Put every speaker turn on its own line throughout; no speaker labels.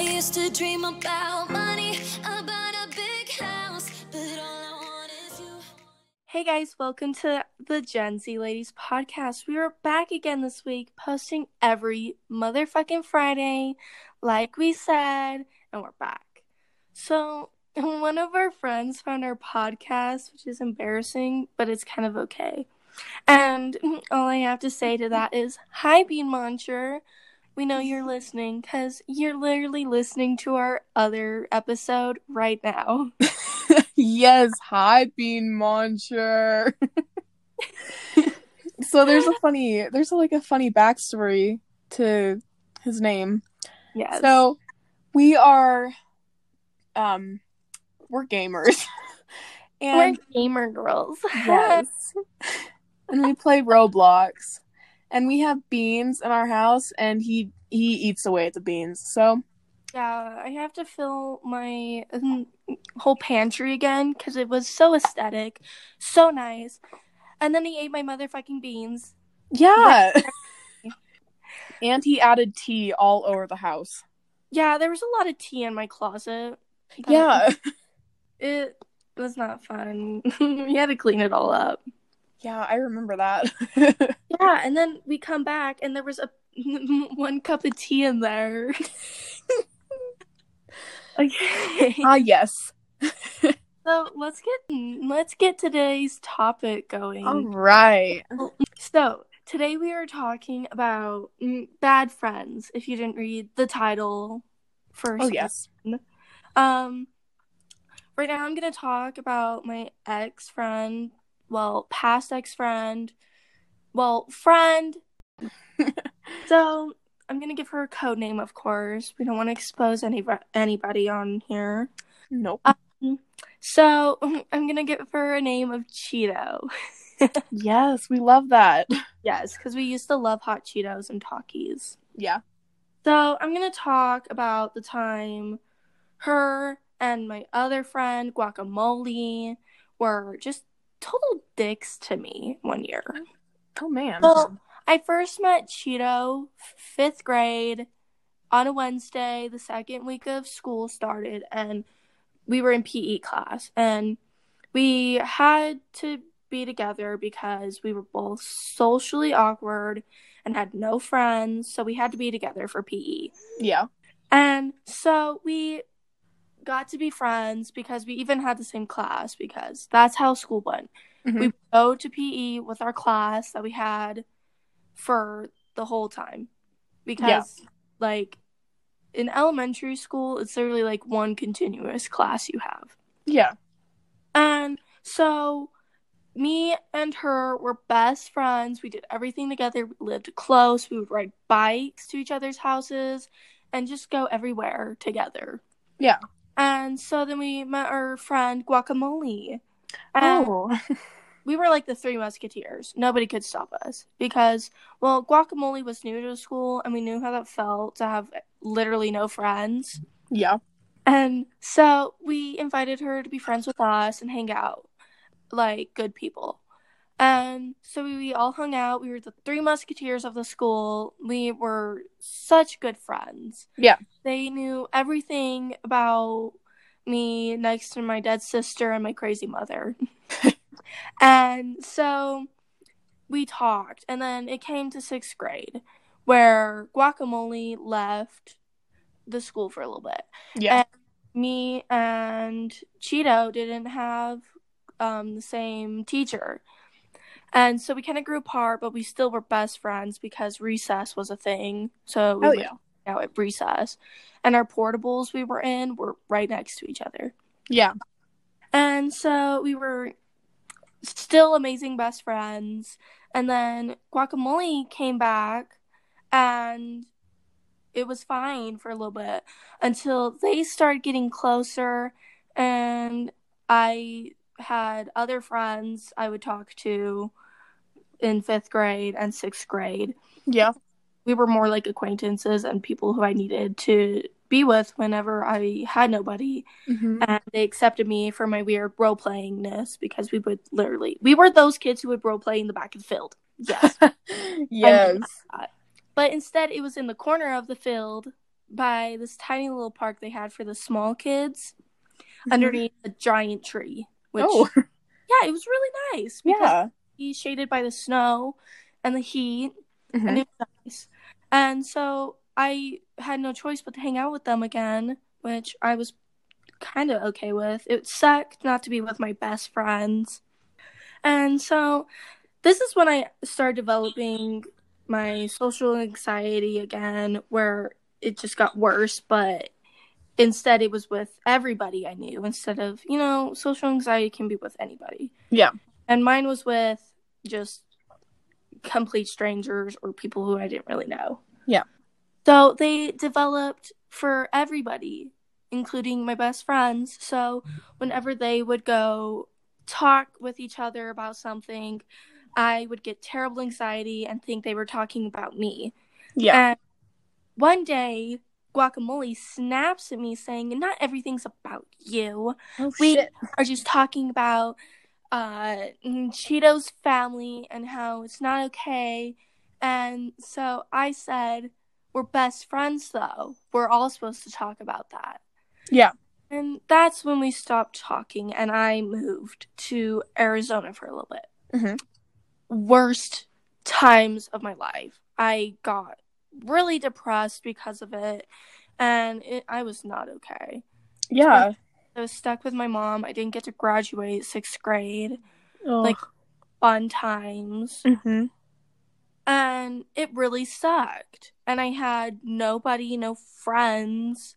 used to dream about money, about a big house, but all I want is you.
Hey guys, welcome to the Gen Z Ladies podcast. We are back again this week, posting every motherfucking Friday, like we said, and we're back. So, one of our friends found our podcast, which is embarrassing, but it's kind of okay. And all I have to say to that is, hi, Bean Muncher. We know you're listening because you're literally listening to our other episode right now.
yes, hi Bean Monster. so there's a funny there's like a funny backstory to his name.
Yes.
So we are um we're gamers. and
we're gamer girls.
yes. and we play Roblox. And we have beans in our house and he he eats away at the beans. So
Yeah, I have to fill my um, whole pantry again because it was so aesthetic, so nice. And then he ate my motherfucking beans.
yeah. and he added tea all over the house.
Yeah, there was a lot of tea in my closet. but
Yeah.
It was not fun. we had to clean it all up.
Yeah, I remember that.
Yeah, and then we come back and there was a one cup of tea in there. okay.
Ah, yes.
So, let's get let's get today's topic going.
All right.
So, today we are talking about mm, bad friends. If you didn't read the title first.
Oh, yes.
Um right now I'm going to talk about my ex-friend, well, past ex-friend, well, friend. so, I'm going to give her a code name, of course. We don't want to expose any anybody on here.
Nope.
So, I'm going to give her a name of Cheeto.
Yes, we love that.
Yes, because we used to love hot Cheetos and Takis.
Yeah.
So I'm gonna talk about the time her and my other friend Guacamole were just total dicks to me one year.
Oh man.
Well, I first met Cheeto fifth grade on a Wednesday. The second week of school started, and we were in PE class, and we had to be together because we were both socially awkward and had no friends, so we had to be together for E. PE.
yeah.
And so we got to be friends because we even had the same class because that's how school went.
Mhm.
We would go to PE with our class that we had for the whole time because like in elementary school it's literally like one continuous class you have.
Yeah.
And so me and her were best friends. We did everything together. We lived close. We would ride bikes to each other's houses and just go everywhere together.
Yeah.
And so then we met our friend Guacamole. And
oh.
we were like the three musketeers. Nobody could stop us because, well, Guacamole was new to school and we knew how that felt to have literally no friends.
Yeah.
And so we invited her to be friends with us and hang out like good people. And so we, we all hung out. We were the three musketeers of the school. We were such good friends.
Yeah.
They knew everything about me next to my dead sister and my crazy mother. and so we talked. And then it came to sixth grade where Guacamole left the school for a little bit
Yeah.
me and Cheeto didn't have um, the same teacher. And so we kind of grew apart, but we still were best friends because recess was a thing. So we
oh
would
yeah.
hang out at recess. And our portables we were in were right next to each other.
Yeah.
And so we were still amazing best friends. And then Guacamole came back and it was fine for a little bit until they started getting closer and I had other friends I would talk to in 5th grade and 6th grade.
Yeah.
We were more like acquaintances and people who I needed to be with whenever I had nobody
Mhm.
and they accepted me for my weird role playingness because we would literally we were those kids who would role play in the back of the field. Yes.
yes.
But instead it was in the corner of the field by this tiny little park they had for the small kids underneath a giant tree. Which
Mm-hmm. oh,
yeah, it was really nice. because
yeah.
He shaded by the snow and the heat.
Mhm.
and it was nice. And so I had no choice but to hang out with them again, which I was kind of okay with. It sucked not to be with my best friends. And so this is when I started developing my social anxiety again, where it just got worse, but instead it was with everybody I knew instead of, you know, social anxiety can be with anybody.
Yeah.
And mine was with just complete strangers or people who I didn't really know.
Yeah.
So they developed for everybody, including my best friends. So whenever they would go talk with each other about something, I would get terrible anxiety and think they were talking about me.
Yeah.
And one day, Guacamole snaps at me saying, Not everything's about you
oh,
we- are just talking about uh, Cheeto's family and how it's not okay. And so I said, We're best friends, though. We're all supposed to talk about that.
Yeah.
And that's when we stopped talking, and I moved to Arizona for a little bit.
Mhm.
Worst times of my life. I got really depressed because of it, and it, I was not okay.
Yeah.
I was stuck with my mom. I didn't get to graduate sixth grade
Oh.
like- on times.
Mhm.
And it really sucked. And I had nobody, no friends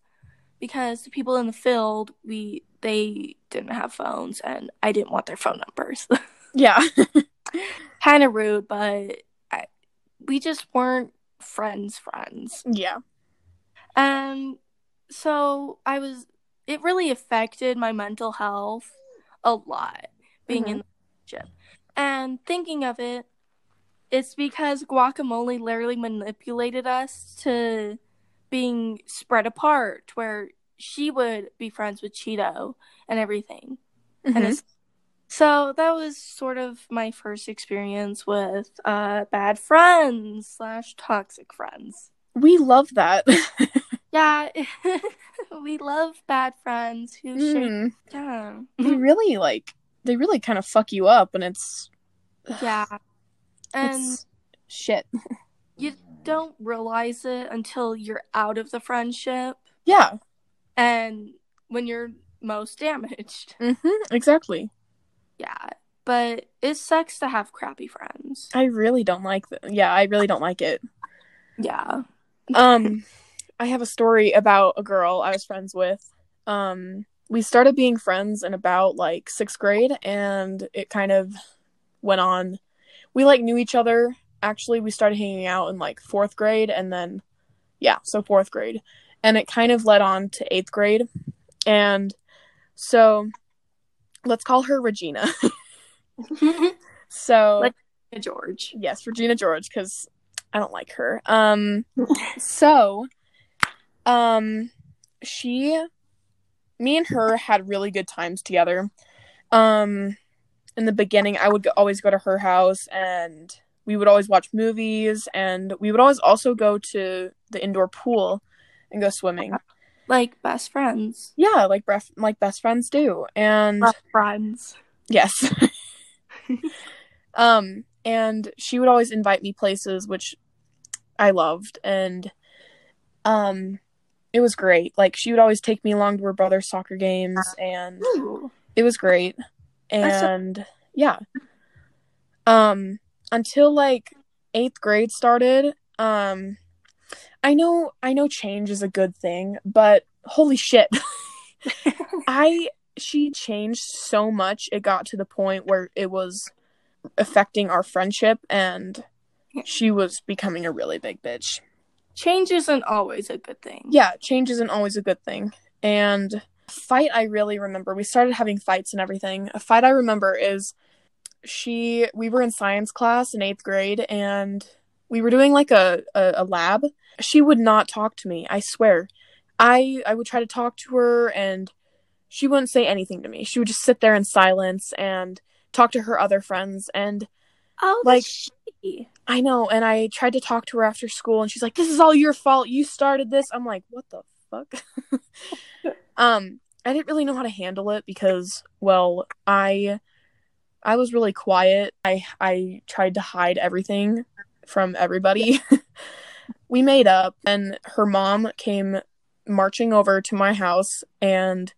because the people in the field, we they didn't have phones and I didn't want their phone numbers.
Yeah.
kind of rude, but I, we just weren't friends friends.
yeah.
And Um, so I was, it really affected my mental health a lot being in the relationship. And thinking of it, it's because guacamole literally manipulated us to being spread apart, to where she would be friends with Cheeto and everything. And
Mhm.
it's, so that was sort of my first experience with uh, bad friends slash toxic friends.
we love that.
Yeah, we love bad friends who shake
Mm.
down.
They really like they really kind of fuck you up and it's
yeah, and
it's shit.
you don't realize it until you're out of the friendship
Yeah.
and when you're most damaged.
Mhm. Exactly.
Yeah, but it sucks to have crappy friends.
I really don't like th- yeah, I really don't like it.
Yeah.
Um I have a story about a girl I was friends with. Um we started being friends in about like 6th grade and it kind of went on. We like knew each other. Actually, we started hanging out in like 4th grade and then yeah, so 4th grade. And it kind of led on to 8th grade. And so let's call her Regina. So
Like- George.
Yes, Regina George, because I don't like her. Um, so, um, she, me and her had really good times together. Um, in the beginning, I would go, always go to her house, and we would always watch movies, and we would always also go to the indoor pool and go swimming.
Like best friends.
Yeah, like bref- like best friends do, and
Best friends.
Yes. um, and she would always invite me places which I loved and um it was great. Like she would always take me along to her brother's soccer games and
Ooh.
it was great.
That's so-
And yeah. Um until like 8th grade started, um I know I know change is a good thing, but holy shit. I she changed so much. It got to the point where it was affecting our friendship and she was becoming a really big bitch.
Change isn't always a good thing.
Yeah, change isn't always a good thing. And a fight I really remember. We started having fights and everything. A fight I remember is she we were in science class in 8th grade and we were doing like a a, a lab. She would not talk to me, I swear. I I would try to talk to her and she wouldn't say anything to me. She would just sit there in silence and talk to her other friends and
Oh,
Like-
like Yucky.
I know. And I tried to talk to her after school, and she's like, "This is all your fault. You started this." I'm like, "What the fuck?" um, I didn't really know how to handle it because, well, I, I was really quiet. I I tried to hide everything from everybody. we made up, and her mom came marching over to my house, and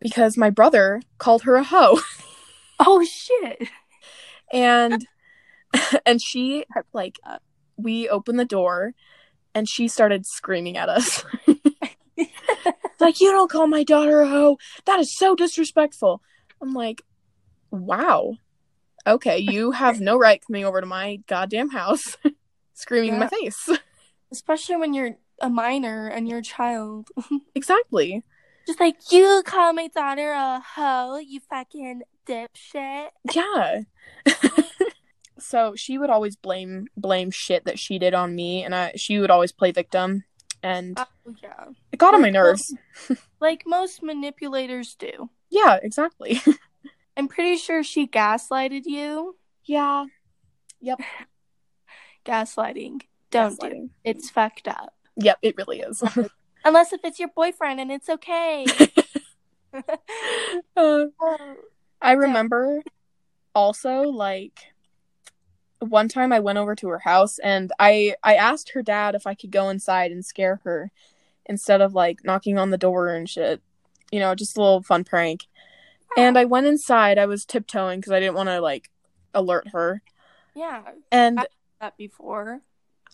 because my brother called her a hoe
Oh shit.
and and she had, like uh, we opened the door and she started screaming at us like you don't call my daughter a hoe that is so disrespectful i'm like wow okay you have no right coming over to my goddamn house screaming in my face
Especially when you're a minor and you're a child.
exactly
Just like you call my daughter a hoe, you fucking dipshit.
yeah so she would always blame blame shit that she did on me and i she would always play victim and
Oh yeah.
it got on my
Like, well,
nerves
Like most manipulators do.
yeah exactly
I'm pretty sure she gaslighted you.
Yeah. Yep.
Gaslighting. Don't do it.
gaslighting.
It's fucked up.
Yep, it really is.
Unless if it's your boyfriend and it's okay.
Uh, I remember also like one time I went over to her house and I I asked her dad if I could go inside and scare her instead of like knocking on the door and shit. You know, just a little fun prank. And I went inside. I was tiptoeing because I didn't want to like alert her.
yeah, I've
And
I- that before.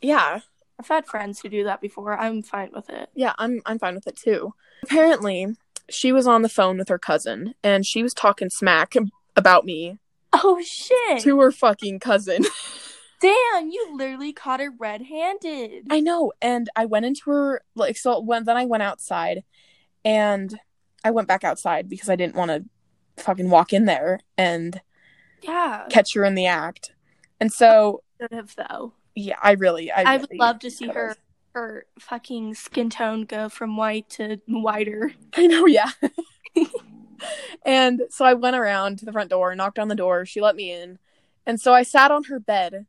yeah,
I've had friends who do that before. I'm fine with it.
Yeah, I'm I'm fine with it too. Apparently, she was on the phone with her cousin and she was talking smack about me
Oh shit!
to her fucking cousin.
Damn, you literally caught her red-handed.
I know, and I went into her like so when then I went outside and I went back outside because I didn't want to fucking walk in there and
yeah,
catch her in the act. And so,
should have though.
yeah, I really I,
I would
really
love to see
could've.
her her fucking skin tone go from white to whiter.
I know, yeah. and so I went around to the front door, knocked on the door. She let me in. And so I sat on her bed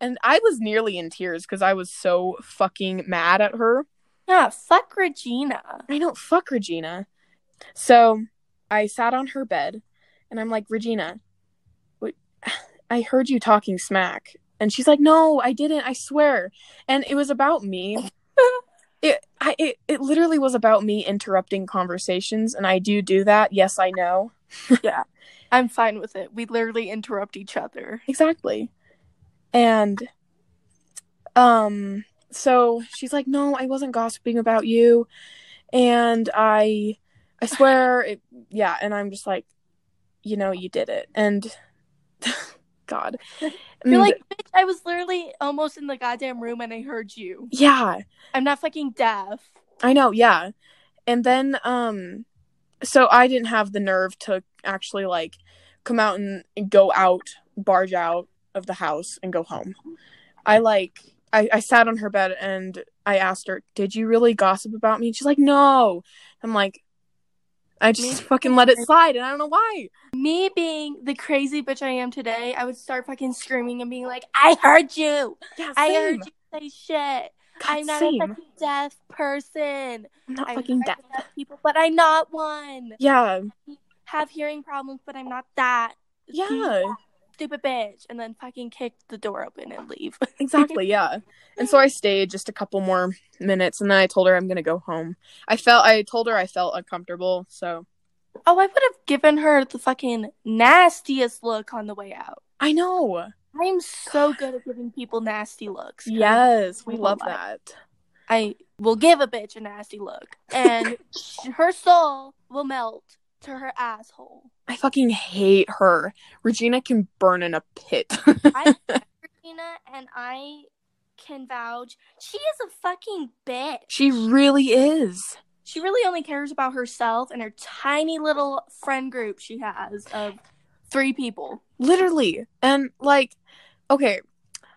and I was nearly in tears because I was so fucking mad at her.
Yeah, Ah, fuck Regina.
I know, fuck Regina. So I sat on her bed and I'm like, Regina, what? I heard you talking smack. And she's like, No, I didn't. I swear. And it was about me. it, I, it, it literally was about me interrupting conversations. And I do do that. Yes, I know.
I'm fine with it. We literally interrupt each other.
Exactly. And um so she's like, "No, I wasn't gossiping about you." And I I swear it yeah, and I'm just like, "You know, you did it." And god. Mm.
You're
And-
like, bitch, I was literally almost in the goddamn room and I heard you.
"Yeah,
I'm not fucking deaf.
I know, yeah." And then um so I didn't have the nerve to actually like come out and go out, barge out of the house and go home. I like I, I sat on her bed and I asked her, Did you really gossip about me? And she's like, No. I'm like I just
Me-
fucking let it slide and I don't know why.
Me being the crazy bitch I am today, I would start fucking screaming and being like, I heard you.
Yeah,
I
same.
heard you say shit.
God,
I'm not
same.
a fucking deaf person.
I'm not
I'm
fucking deaf.
people, but I'm not one.
Yeah.
Have hearing problems, but I'm not that.
Yeah.
Stupid bitch. And then fucking kick the door open and leave.
Exactly, yeah. And so I stayed just a couple more minutes and then I told her I'm gonna go home. I felt I told her I felt uncomfortable, so
Oh, I would have given her the fucking nastiest look on the way out.
I know.
I'm so good at giving people nasty looks.
Yes, we
We
love
love
that.
I will give a bitch a nasty look, and sh- her soul will melt to her asshole.
I fucking hate her. Regina can burn in a pit.
I met Regina, and I can vouch she is a fucking bitch.
she really is.
She really only cares about herself and her tiny little friend group she has of three people.
Literally. And like, okay,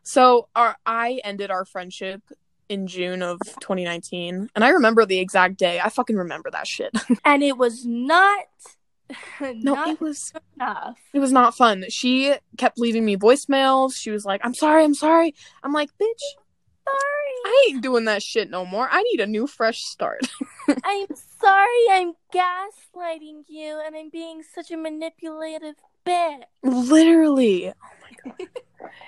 so our I ended our friendship in June of 2019, and I remember the exact day. I fucking remember that shit.
And it was not
No,
Not
it was
enough.
it was not fun. She kept leaving me voicemails. She was like, "I'm sorry, I'm sorry." I'm like, "Bitch,
Sorry.
I ain't doing that shit no more. I need a new fresh start."
I'm sorry I'm gaslighting you and I'm being such a manipulative bitch.
Literally. Oh my god.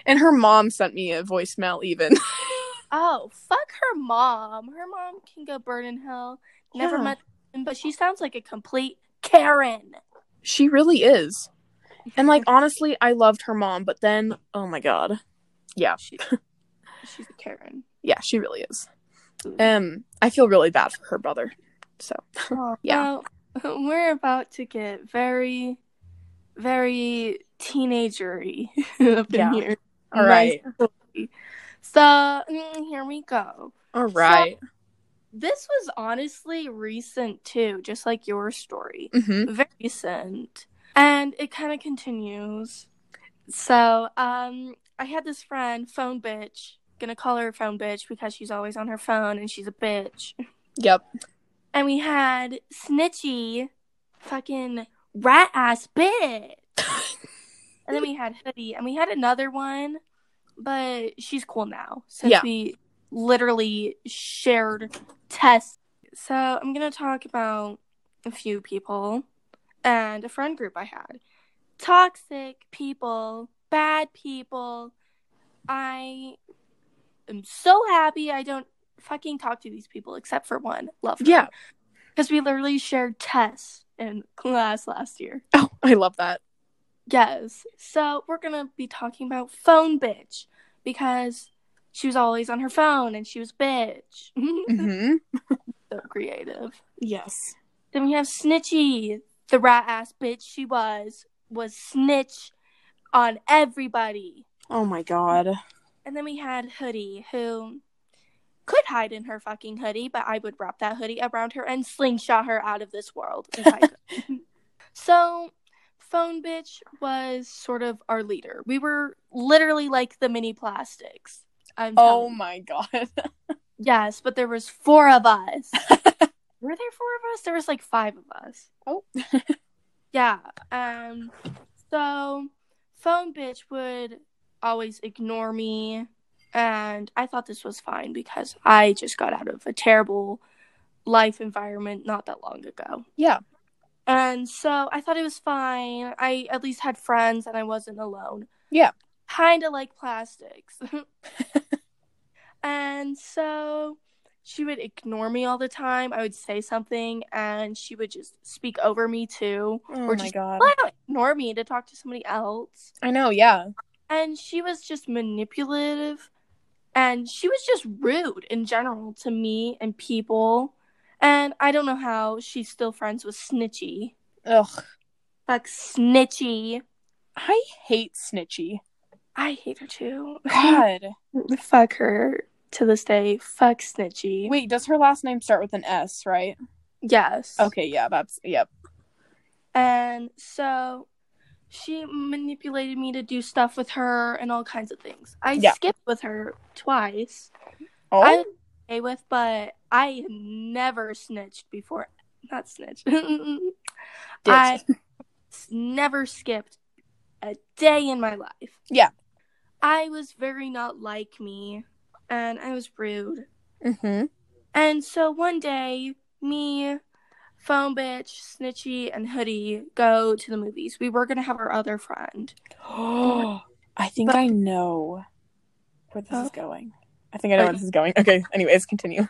and her mom sent me a voicemail even.
Oh, fuck her mom. Her mom can go burn in hell. Never
Yeah.
met him, but she sounds like a complete Karen.
She really is. And like honestly, I loved her mom, but then oh my god.
She, she's a Karen.
Yeah, she really is. Um I feel really bad for her brother. So, yeah.
Now, we're about to get very, very teenagery up
Yeah.
in here.
all right.
So mm, here we go.
All right.
This was honestly recent too, just like your story.
mhm.
very recent. And it kind of continues. So, um, I had this friend, phone bitch. Gonna call her phone bitch because she's always on her phone and she's a bitch.
Yep.
And we had snitchy, fucking rat ass bitch. And then we had hoodie, and we had another one, but she's cool now since
Yeah.
we literally shared tests. So I'm gonna talk about a few people and a friend group I had. Toxic people, bad people. I am so happy I don't fucking talk to these people except for one. Love her.
Yeah.
Because we literally shared tests in class last year.
Oh, I love that.
Yes. So we're gonna be talking about phone bitch because she was always on her phone and she was bitch.
Mhm.
so creative.
Yes.
Then we have Snitchy, the rat ass bitch she was, was snitch on everybody.
Oh my god.
And then we had Hoodie, who could hide in her fucking hoodie, but I would wrap that hoodie around her and slingshot her out of this world if I could. so, Phone Bitch was sort of our leader. We were literally like the mini plastics. I'm
Oh
oh,
my god.
yes, but there was four of us. were there four of us? There was like five of us.
Oh.
Yeah. Um so phone bitch would always ignore me and I thought this was fine because I just got out of a terrible life environment not that long ago.
yeah.
And so I thought it was fine. I at least had friends and I wasn't alone.
Yeah.
Kind of like plastics. and so she would ignore me all the time. I would say something and she would just speak over me too.
Oh
Or
my
just-
god.
Well, ignore me to talk to somebody else.
I know, yeah.
And she was just manipulative and she was just rude in general to me and people. And I don't know how she's still friends with Snitchy.
Ugh.
Fuck snitchy.
I hate Snitchy.
I hate her too.
God.
Fuck her to this day. Fuck snitchy.
Wait, does her last name start with an S, right?
Yes.
Okay, yeah, that's yep.
And so she manipulated me to do stuff with her and all kinds of things. I
Yeah.
skipped with her twice.
Oh,
I okay with, but I never snitched before. Not snitch.
dicks.
I s- never skipped a day in my life.
Yeah.
I was very not like me and I was rude. mm-hmm.
Mhm.
And so one day, me, Phone Bitch, Snitchy, and Hoodie go to the movies. We were going to have our other friend.
I think
But-
I know where this
Oh.
is going. I think I know where
Okay.
this is going. Okay, anyways, continue.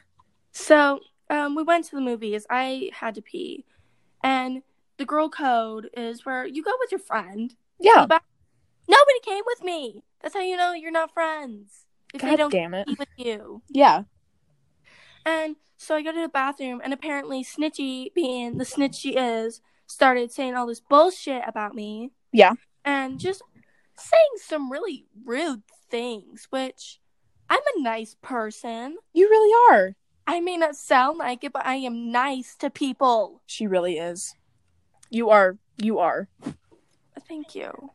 So um, we went to the movies. I had to pee. And the girl code is where you go with your friend.
Yeah.
But nobody came with me. That's how you know you're not friends. If they
God
don't
damn it.
pee with you.
Yeah.
And so I go to the bathroom, and apparently Snitchy, being the snitch she is, started saying all this bullshit about me.
Yeah.
And just saying some really rude things, which I'm a nice person.
You really are.
I may not sound like it, but I am nice to people.
She really is. You are. You are.
Thank you.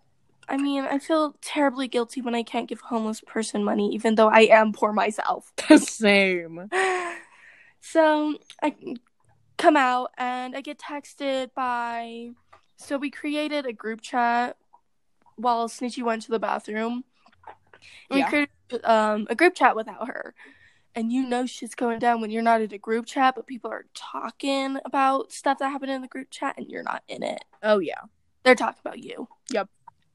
I mean, I feel terribly guilty when I can't give a homeless person money, even though I am poor myself.
same.
so I come out and I get texted by So we created a group chat while Snitchy went to the bathroom. And
Yeah.
We created um, a group chat without her. And you know shit's going down when you're not in a group chat, but people are talking about stuff that happened in the group chat and you're not in it.
Oh yeah.
They're talking about you.
Yep.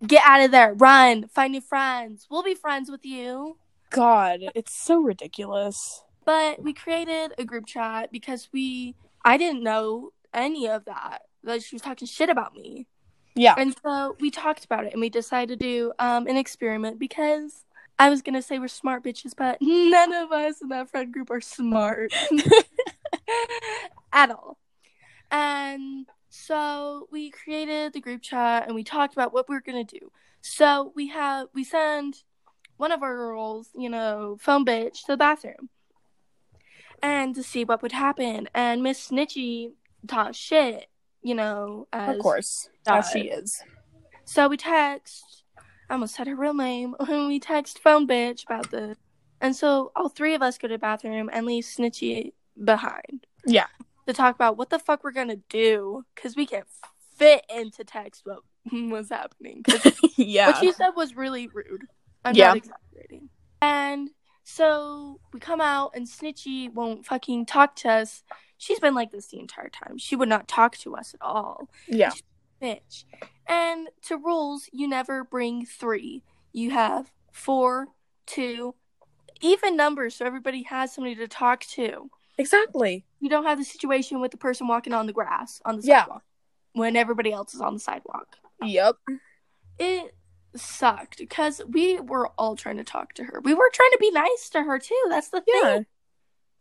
Get out of there. Run. Find new friends. We'll be friends with you.
God, it's so ridiculous.
But we created a group chat because we I didn't know any of that. Like she was talking shit about me.
Yeah.
And so we talked about it and we decided to do um, an experiment because I was going to say we're smart bitches, but none of us in that friend group are smart at all. And so we created the group chat and we talked about what we were going to do. So we have, we send one of our girls, you know, phone bitch to the bathroom and to see what would happen. And Miss Snitchy taught shit, you know, as
Of course. As she is.
so we text. I almost said her real name. we text phone bitch about this, and so all three of us go to the bathroom and leave Snitchy behind.
Yeah.
To talk about what the fuck we're gonna do because we can't fit into text what was happening. 'Cause
yeah.
what she said was really rude. I'm
Yeah.
not exaggerating. And so we come out, and Snitchy won't fucking talk to us. She's been like this the entire time. She would not talk to us at all
yeah.
bitch. And to rules, you never bring three. You have four, two, even numbers, so everybody has somebody to talk to.
Exactly.
You don't have the situation with the person walking on the grass on the
Yeah.
sidewalk when everybody else is on the sidewalk.
Yep.
It sucked because we were all trying to talk to her. We were trying to be nice to her too. That's the thing.
Yeah.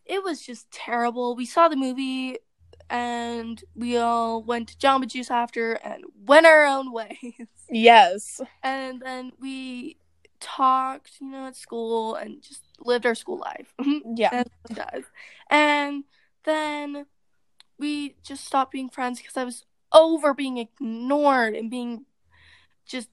It was just terrible. We saw the movie and we all went to Jamba Juice after and went our own ways.
Yes.
and then we talked, you know, at school and just lived our school life.
Yeah.
That's what it does. And then we just stopped being friends because I was over being ignored and being just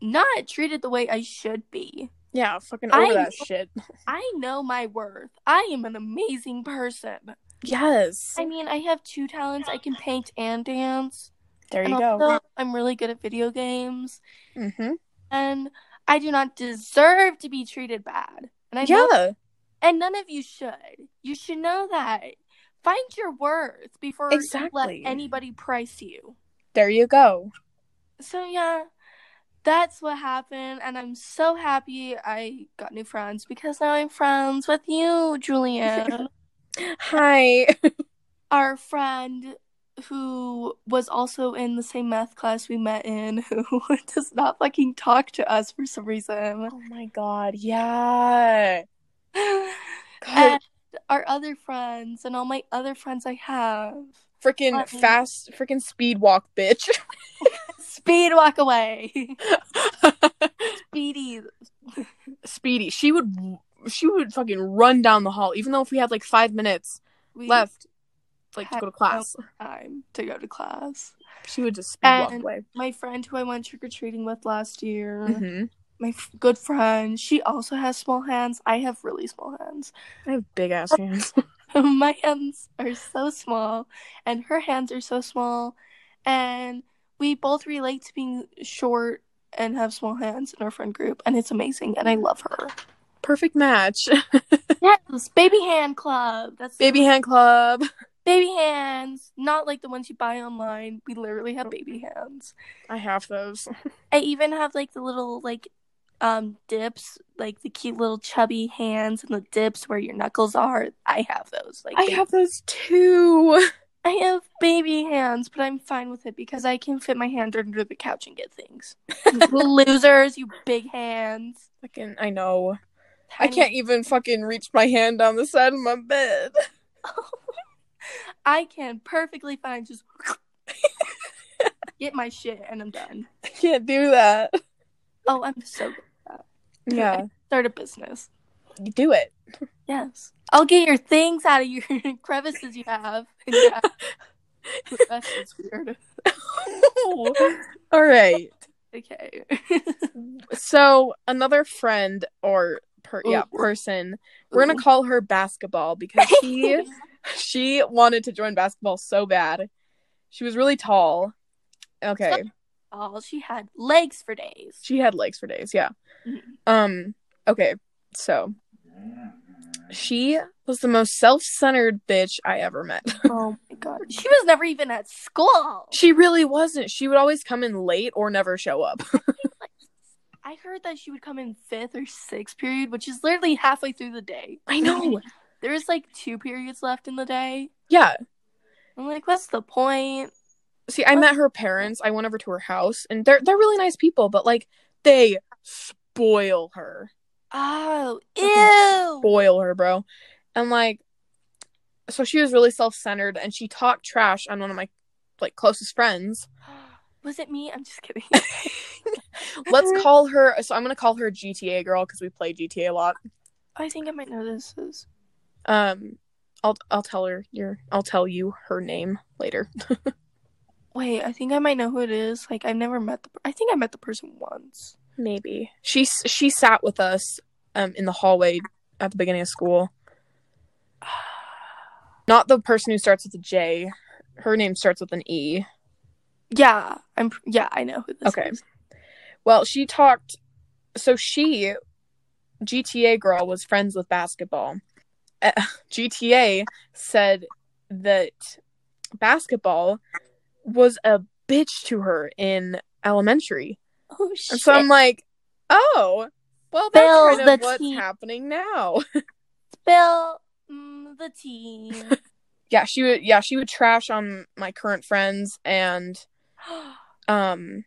not treated the way I should be.
Yeah. Fucking over
I-
that shit.
I know my worth. I am an amazing person.
Yes.
I mean, I have two talents. I can paint and dance.
There you
and
go.
also, I'm really good at video games.
Mm-hmm.
and I do not deserve to be treated bad. And I know,
Yeah.
and none of you should. You should know that. Find your worth before you
Exactly.
let anybody price you.
There you go.
So yeah, that's what happened, and I'm so happy I got new friends because now I'm friends with you, Julianne,
Hi.
our friend who was also in the same math class we met in, who does not fucking talk to us for some reason.
Oh my god. Yeah. God,
and our other friends and all my other friends I have.
freaking
let me-
fast freaking speed walk bitch.
Speed walk away. Speedy.
Speedy. She would she would fucking run down the hall even though if we had like 5 minutes
We
left like to go to class.
time to go to class.
She would just speed walk
And-
away.
My friend who I went trick or treating with last year,
Mhm.
my f- good friend, she also has small hands. I have really small hands.
I have big ass hands.
my hands are so small, and her hands are so small, and we both relate to being short and have small hands in our friend group, and it's amazing, and I love her.
Perfect match.
Yes, baby hand club. That's
Baby hand club.
baby hands, not like the ones you buy online. We literally have baby hands.
I have those.
I even have like the little like um dips, like the cute little chubby hands and the dips where your knuckles are. I have those. Like
I
they-
have those too.
I have baby hands, but I'm fine with it because I can fit my hand under the couch and get things. You Losers, you big hands.
Fucking I know. I
Tiny-
can't even fucking reach my hand down the side of my bed.
I can perfectly fine just get my shit and I'm done.
I can't do that.
Oh, I'm so good.
Yeah.
Start a business.
You do it.
Yes. I'll get your things out of your crevices you have. Yeah. That's just weird.
All right.
Okay.
So another friend or per- yeah
Ooh.
person, we're gonna call her basketball because she she wanted to join basketball so bad. She was really tall, Okay.
all. She had legs for days.
She had legs for days, yeah.
Mhm.
Um, okay, so she was the most self-centered bitch I ever met.
oh my god. She was never even at school.
she really wasn't. She would always come in late or never show up.
I heard that she would come in fifth or sixth period, which is literally halfway through the day.
I know.
There was like two periods left in the day.
Yeah.
I'm like, what's the point?
See, I met her parents. I went over to her house and they're they're really nice people, but like they spoil her.
Oh, ew.
Spoil her, bro. And like so she was really self-centered and she talked trash on one of my like closest friends.
Was it me? I'm just kidding.
Let's call her so I'm going to call her GTA girl cuz we play GTA a lot.
I think I might know this is.
Um I'll I'll tell her your I'll tell you her name later.
Wait, I think I might know who it is. Like, I've never met the. I think I met the person once.
Maybe. She s- she sat with us um in the hallway at the beginning of school. Not the person who starts with a J. Her name starts with an E.
Yeah, I'm. pr- Yeah, I know who this
Okay.
is.
Well, she talked so she GTA girl was friends with basketball. Uh, GTA said that basketball was a bitch to her in elementary.
Oh shit.
And so I'm like, "Oh, well that's
Bill,
kind of
the
what's
tea-
happening now."
Bill, mm, the team.
yeah she would yeah she would trash on my current friends and um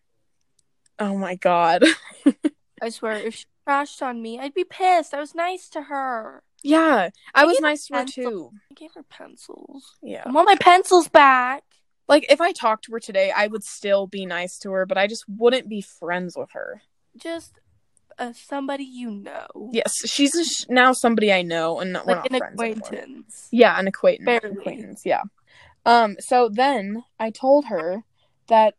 oh my god
I swear, if she crashed on me, I'd be pissed. I was nice to her.
yeah i was
gave her
nice to her
pencil.
too
I gave her pencils.
yeah
I want my pencils back.
like if i talked to her today i would still be nice to her but i just wouldn't be friends with her
Just uh, somebody you know.
yes she's a sh- now somebody i know and we're
like
not
an
friends anymore.
acquaintance.
yeah an acquaintance
Barely.
acquaintance yeah um so then i told her that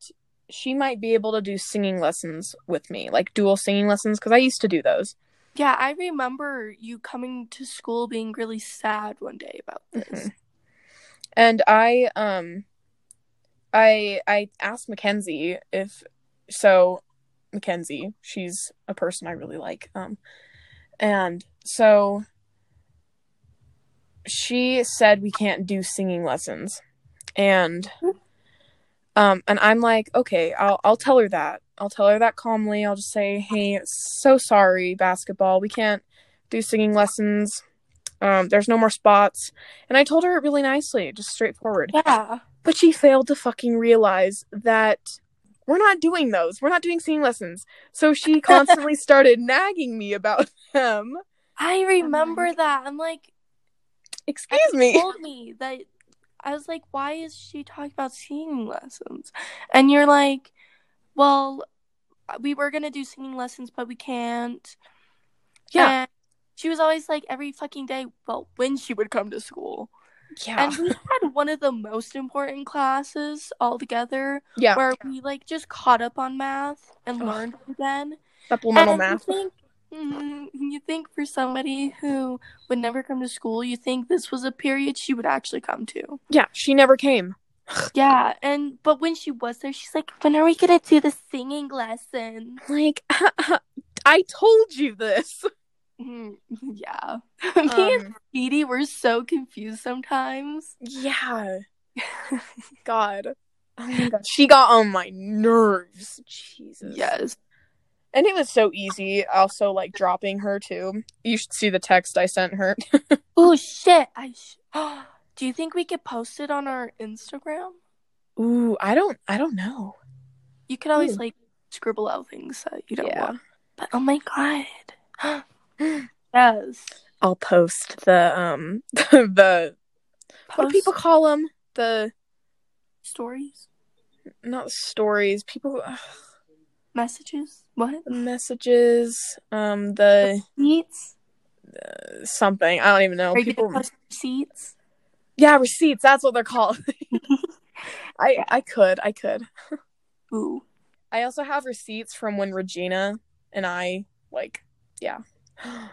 she might be able to do singing lessons with me like dual singing lessons because i used to do those
Yeah, I remember you coming to school being really sad one day about this.
Mhm. And I um I I asked Mackenzie if so Mackenzie, she's a person I really like. Um and so she said we can't do singing lessons. And um and I'm like, okay, I'll I'll tell her that. I'll tell her that calmly. I'll just say, "Hey, so sorry, basketball. We can't do singing lessons. Um there's no more spots." And I told her it really nicely, just straightforward.
Yeah.
But she failed to fucking realize that we're not doing those. We're not doing singing lessons. So she constantly started nagging me about them.
I remember that. I'm like,
Excuse
you
me.
told me that. I was like, why is she talking about singing lessons? And you're like, well, we were going to do singing lessons, but we can't.
Yeah.
And she was always like, every fucking day, well, when she would come to school.
Yeah.
And we had one of the most important classes all together
yeah.
where we like just caught up on math and
Ugh.
learned again.
Supplemental
And
math.
You think, mm, you think for somebody who would never come to school, you think this was a period she would actually come to.
Yeah. She never came.
Yeah, and but when she was there, she's like, "When are we gonna do the singing lesson?"
Like, I told you this.
Mm, yeah, me and
Um,
Petey were so confused sometimes.
yeah. God. Oh my God. She got on my nerves. Jesus.
yes,
And it was so easy. Also, like dropping her too. You should see the text I sent her.
Oh shit! I sh- do you think we could post it on our Instagram?
Ooh, I don't. I don't know.
You can always
Ooh.
like scribble out things that you don't
Mm. Yeah.
want. But oh my god! yes.
I'll post the um the what do people
Post
call them the
stories,
not stories people ugh,
messages, what
the messages um the
receipts?
something I don't even know
Are you
Oh, people
gonna post receipts?
yeah receipts that's what they're called I I could I could
Ooh,
I also have receipts from when Regina and I like yeah
I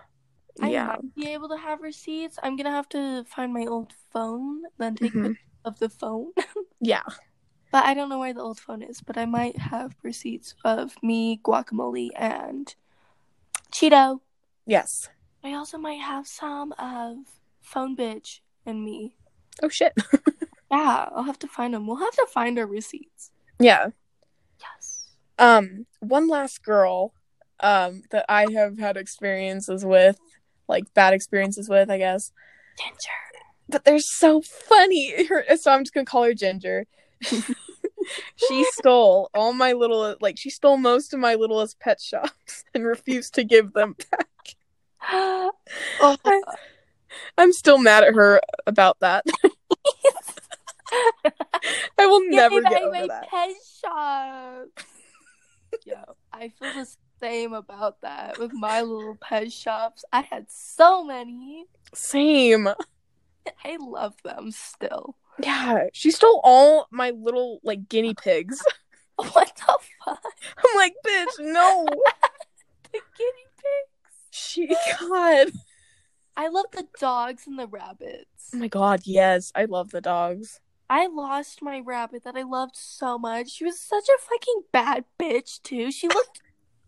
yeah
might be able to have receipts. I'm gonna have to find my old phone, then take
Mhm.
pictures of the phone.
yeah
But I don't know where the old phone is, but I might have receipts of me, guacamole, and Cheeto.
Yes.
I also might have some of Phone Bitch and me.
Oh shit.
Yeah, I'll have to find them. We'll have to find our receipts.
yeah.
Yes.
Um, one last girl, um, that I have had experiences with, like bad experiences with, I guess.
Ginger.
But they're so funny. Her- so I'm just gonna call her Ginger. she stole all my little, like she stole most of my littlest pet shops and refused to give them back.
oh my
I'm still mad at her about that. I will never
Give me
get
back
over
my
that.
pet shop. Yo, I feel the same about that with my little pet shops. I had so many.
Same.
I love them still.
Yeah, she stole all my little like guinea pigs.
What the fuck?
I'm like, bitch, no.
The guinea pigs.
She, God.
I love the dogs and the rabbits.
Oh my God, yes, I love the dogs.
I lost my rabbit that I loved so much. She was such a fucking bad bitch, too. She looked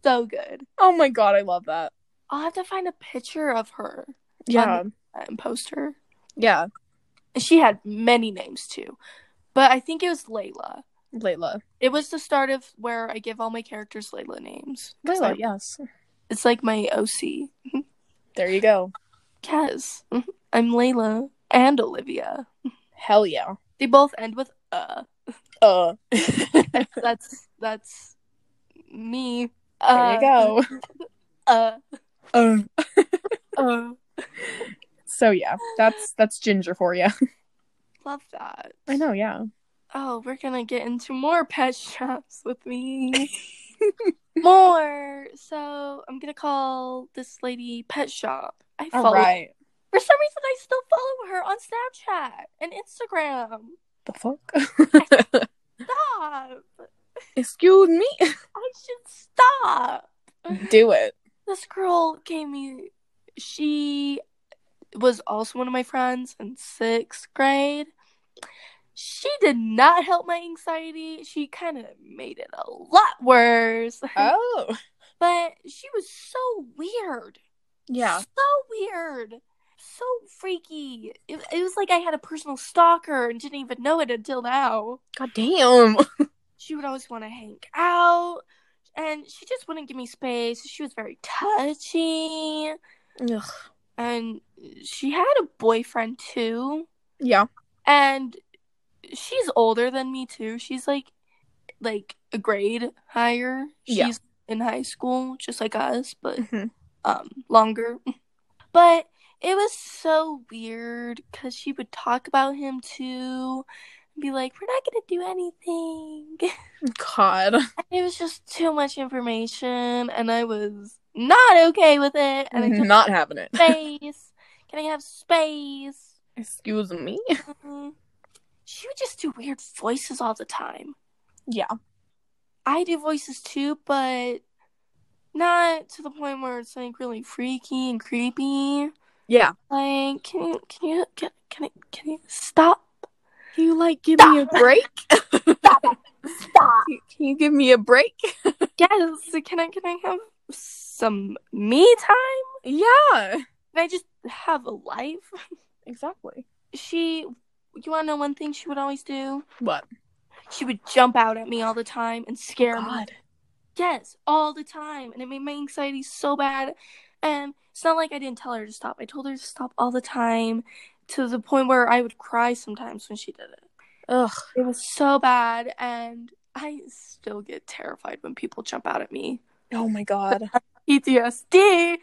so good.
Oh my God, I love that.
I'll have to find a picture of her
Yeah,
and post her.
yeah,
And she had many names, too. But I think it was Layla.
Layla.
It was the start of where I give all my characters Layla names. 'Cause I-
Layla, yes.
It's like my OC.
There you go.
Kaz.
Mm-hmm.
Mhm. I'm Layla and Olivia.
Hell yeah.
They both end with uh.
Uh,
That's that's me.
there you go.
Uh,
Uh.
uh.
So yeah, that's that's ginger for you.
Love that.
I know. Yeah.
Oh, we're gonna get into more pet shops with me. more. So I'm gonna call this lady Pet Shop. I
All
follow
right.
for some reason I still follow her on Snapchat and Instagram.
The fuck?
Stop.
Excuse me.
I should stop.
Do it.
This girl gave me she was also one of my friends in sixth grade. She did not help my anxiety. She kind of made it a lot worse.
Oh.
but she was so weird.
Yeah.
So weird. So freaky. It, it was like I had a personal stalker and didn't even know it until now.
God damn.
She would always want to hang out and she just wouldn't give me space. She was very touchy
Ugh.
and she had a boyfriend too.
Yeah.
And she's older than me too. She's like like a grade higher. She's
Yeah.
in high school just like us, but
Mhm.
um longer. But it was so weird because she would talk about him too and be like, We're not gonna do anything.
God.
it was just too much information and I was not okay with it. And I took
Not having it.
space. Can I have space?
Excuse me.
Mhm. She would just do weird voices all the time.
Yeah.
I do voices too, but not to the point where it's like really freaky and creepy.
Yeah.
Like, can you can you can can you, can you stop?
Can you like give
Stop.
me a break?
Stop it! Stop!
Can you give me a break?
Yes, can I can I have some me time?
Yeah.
Can I just have a life?
Exactly.
She, you wanna know one thing she would always do?
What?
She would jump out at me all the time and scare me.
God.
Yes, all the time. And it made my anxiety so bad. And it's not like I didn't tell her to stop. I told her to stop all the time to the point where I would cry sometimes when she did it.
Ugh.
It was so bad. And I still get terrified when people jump out at me.
Oh my god.
PTSD.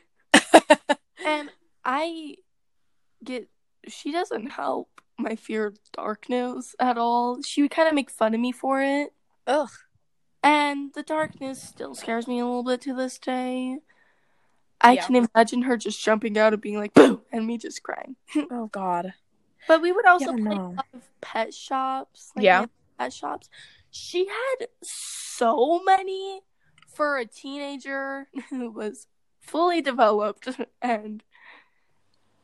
and I get, she doesn't help my fear of darkness at all. She would kind of make fun of me for it.
Ugh.
And the darkness still scares me a little bit to this day. I
Yeah.
can imagine her just jumping out and being like, boo, and me just crying.
Oh god.
But we would also
Yeah,
play
no.
a lot of pet shops. Like
Yeah.
we had Pet shops. She had so many for a teenager who was fully developed and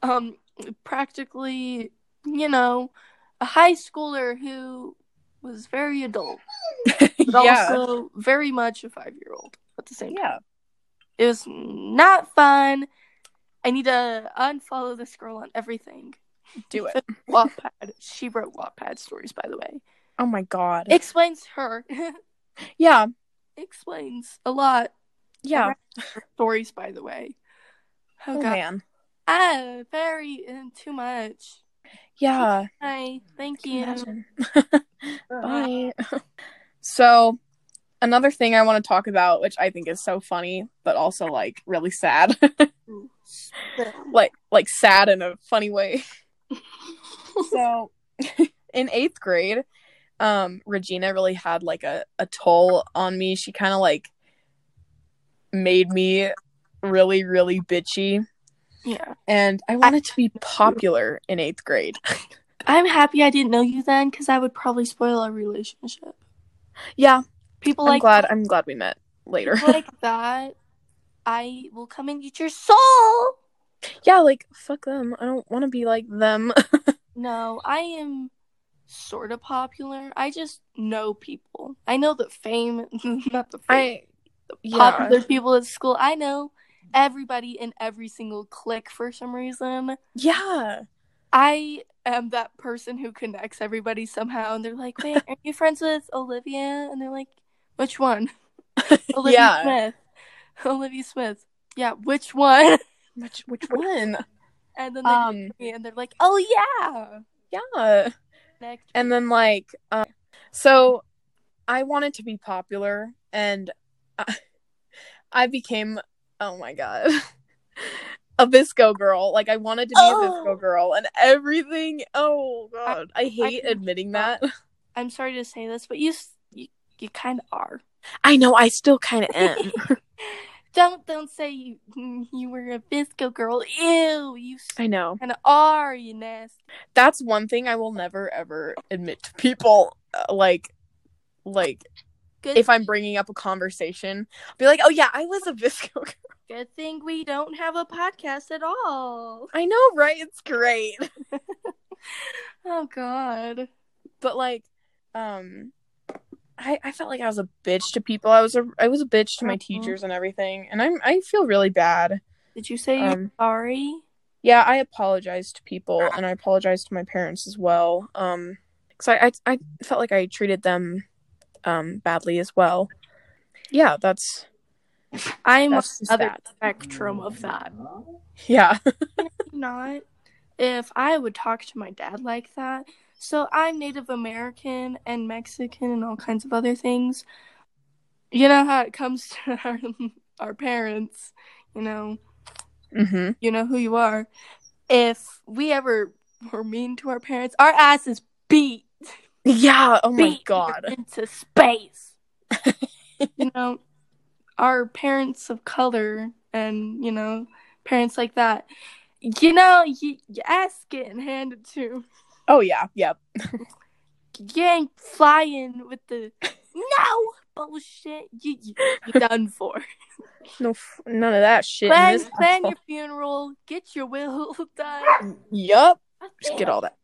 um practically, you know, a high schooler who was very adult, but
yeah.
also very much a five year old at the same time.
Yeah.
It was not fun. I need to unfollow this girl on everything.
Do it.
Wattpad. she wrote Wattpad stories, by the way.
Oh my god.
Explains her.
yeah.
Explains a lot.
Yeah.
Stories, by the way. Oh,
Oh
god.
man.
Ah, very uh, too much.
Yeah.
Hi, thank you.
Imagine. Bye. so, another thing I want to talk about, which I think is so funny, but also like really sad, like like sad in a funny way. so, in eighth grade, um, Regina really had like a a toll on me. She kind of like made me really really bitchy,
Yeah,
and I wanted to be popular in eighth grade.
I'm happy I didn't know you then, because I would probably spoil our relationship.
yeah,
People
I'm
like
glad. I'm glad we met later.
people like that. I will come and eat your soul.
yeah, like fuck them. I don't want to be like them.
No, I am sort of popular. I just know people. I know the fame, not the fame,
I
popular people at school. I know everybody in every single clique for some reason.
yeah,
I am that person who connects everybody somehow, and they're like, "Wait, are you friends with Olivia?" And they're like, "Which one?" Olivia
Yeah.
Smith. Olivia Smith. Yeah, which one?
Which which one?
And then they look
Um,
at me and they're like, "Oh yeah."
yeah.
Connect.
And then like, um, so I wanted to be popular, and I, I became. Oh my god. A Visco girl, like I wanted to be a
Oh.
Visco girl, and everything. Oh god, I hate
can-
admitting that.
I'm sorry to say this, but you s- you, you kind of are.
I know, I still kind of am.
Don't don't say you you were a Bisco girl. Ew, you
I know.
kind of are. You nasty.
that's one thing I will never ever admit to people. Uh, like, like
Good
if I'm bringing up a conversation, I'll be like, "Oh yeah, I was a visco." girl."
good thing we don't have a podcast at all.
I know, right? It's great,
Oh God.
but like, um, I I felt like I was a bitch to people. I was a I was a bitch to my
Mhm.
teachers and everything, and I'm I feel really bad.
Did you say you're
Um,
sorry?
yeah, I apologized to people, and I apologized to my parents as well. Um, because I, I I felt like I treated them, um, badly as well. Yeah, that's
I'm on
that's
the
just
other
that.
spectrum of that.
Yeah.
Not if I would talk to my dad like that. So I'm Native American and Mexican and all kinds of other things. You know how it comes to our, our parents, you know,
Mm-hmm.
you know who you are. If we ever were mean to our parents, our ass is beat.
Yeah. Oh my
beat
god.
into space. you know, our parents of color and you know parents like that. You know, you, your ass getting handed to.
Oh yeah. Yep.
You ain't flying with the no bullshit. You, you you're done for.
No, f- none of that shit. in
plan
this
plan
asshole.
your funeral. Get your will done.
Yup. Just get all that.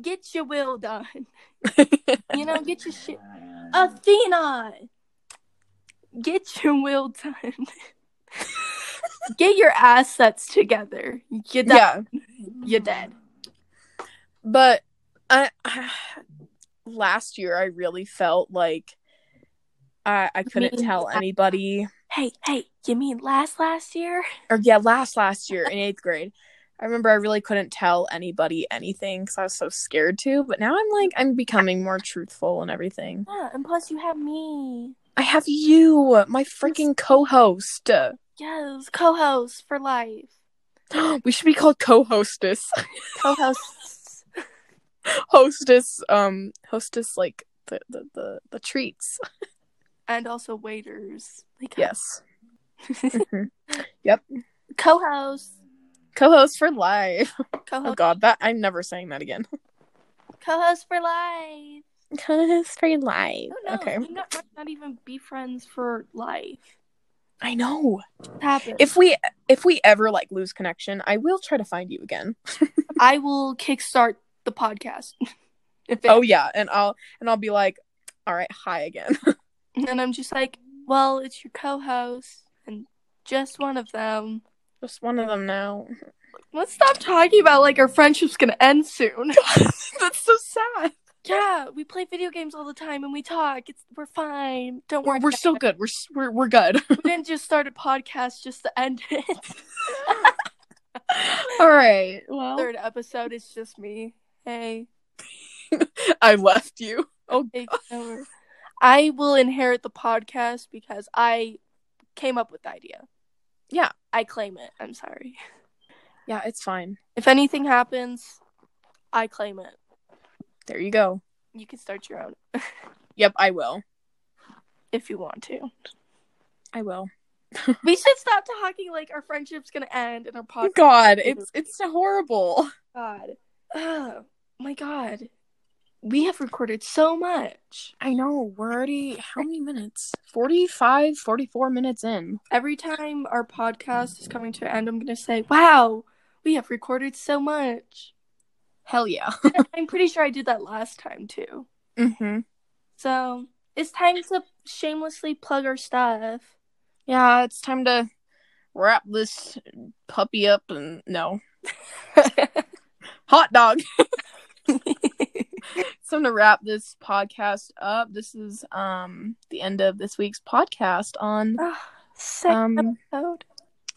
Get your will done. You know, get your shit. Athena, get your will done. get your assets together. You're dead.
yeah.
You're dead.
But I, last year I really felt like I I couldn't
mean,
tell
I-
anybody.
Hey, hey, you mean last last year?
Or yeah, last last year in eighth grade. I remember I really couldn't tell anybody anything because I was so scared to. But now I'm like I'm becoming more truthful and everything.
Yeah, and plus you have me.
I have you, my freaking co-host.
Yes, co-host for life.
We should be called co-hostess.
Co-hosts.
hostess um hostess like the the the, the treats
and also waiters. Like, uh,
yes
Co-host.
co-host for life oh
Co-host.
god that i'm never saying that again
Co-host for life.
co-host for life
Who knows?
okay
We not, might not even be friends for life.
i know
Happens.
if we if we ever like lose connection i will try to find you again
I will kickstart the podcast. If it-
Oh yeah, and I'll and I'll be like, all right, hi again.
And I'm just like, well, it's your co-host and just one of them.
Just one of them now.
Let's stop talking about like our friendship's gonna end soon.
That's so sad.
yeah, we play video games all the time and we talk. It's we're fine. Don't worry.
We're, we're
about
still
it.
good. We're s- we're we're good.
we didn't just start a podcast just to end it.
all right. Well,
Third episode is just me. Hey,
I left you. Oh,
take over. I will inherit the podcast because I came up with the idea.
Yeah.
I claim it. I'm sorry.
yeah, it's fine.
If anything happens, I claim it.
There you go.
You can start your own
Yep, I will.
if you want to.
I will.
We should stop talking like our friendship's gonna end and our
Oh
podcast.
God, it's it's horrible.
God. Oh my god. We have recorded so much.
I know. We're already how many minutes? 45, 44 minutes in.
Every time our podcast is coming to an end, I'm gonna say, Wow, we have recorded so much.
Hell yeah.
I'm pretty sure I did that last time too.
Mm-hmm.
So it's time to shamelessly plug our stuff.
Yeah, it's time to wrap this puppy up and no hot dog. it's time to wrap this podcast up. This is um the end of this week's podcast on
Ah, Second
um
episode.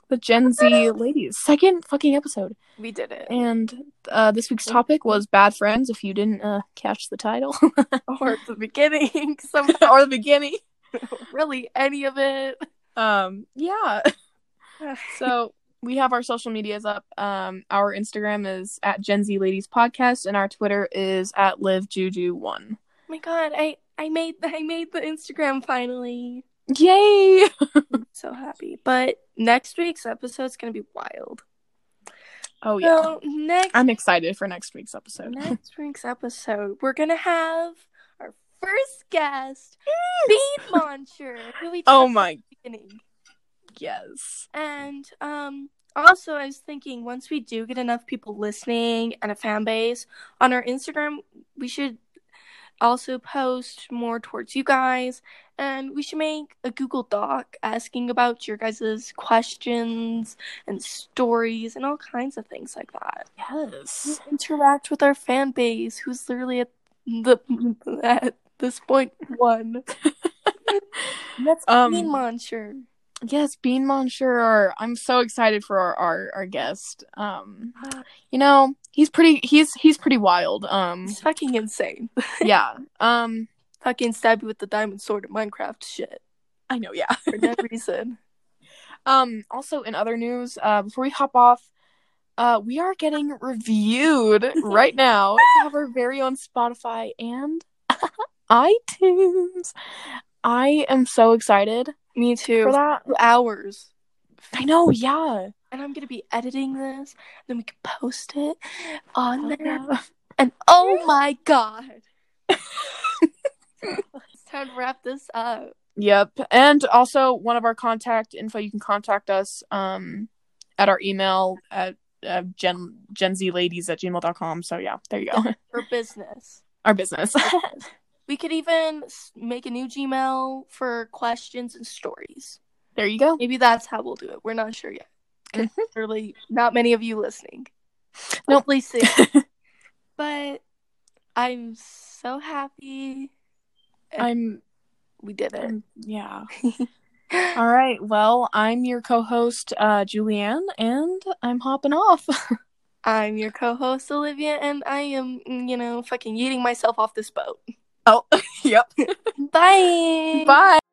the Gen Z ladies second fucking episode.
We did it.
And uh, this week's topic was bad friends. If you didn't uh, catch the title
Or at the beginning, some
or the beginning,
really any of it.
um yeah. So we have our social medias up. Um, our Instagram is at Gen Z Ladies Podcast, and our Twitter is at LiveJuju1.
Oh my god, I I made I made the Instagram finally.
Yay!
I'm so happy. But next week's episode's gonna be wild.
Oh yeah,
So next
I'm excited for next week's episode.
next week's episode, we're gonna have our first guest, Bean Monster, who we
Oh
talked
my
at the beginning.
yes,
And um also I was thinking once we do get enough people listening and a fan base on our Instagram, we should also post more towards you guys and we should make a Google Doc asking about your guys' questions and stories and all kinds of things like that.
yes.
Interact with our fan base who's literally at the at this point one. That's
Um,
Mean Monster.
Yes, Bean Monsieur. I'm so excited for our, our our guest. Um,
Ah.
you know he's pretty he's he's pretty wild. Um,
It's fucking insane.
yeah. Um,
fucking stab you with the diamond sword in Minecraft shit
I know. Yeah.
for no reason.
Um, also in other news, uh, before we hop off, uh, we are getting reviewed right now to have our very own Spotify and iTunes. I am so excited
Me too.
for that.
Two hours,
I know, yeah.
and I'm gonna be editing this. Then we can post it on there.
Yeah.
And oh my god, it's time to wrap this up.
Yep. And also one of our contact info, you can contact us um at our email at uh, gen genzladies at gmail.com. So yeah, there you go.
for business.
our business.
We could even s- make a new Gmail for questions and stories.
there you go.
Maybe that's how we'll do it. We're not sure yet. 'Cause
Mm-hmm.
Really, not many of you listening.
Nope.
Hopefully soon. but I'm so happy
I'm
we did it.
Um, yeah. All right. Well, I'm your co-host, uh, Julianne, and I'm hopping off.
I'm your co-host Olivia, and I am, you know, fucking eating myself off this boat.
Oh, yep.
Bye.
Bye.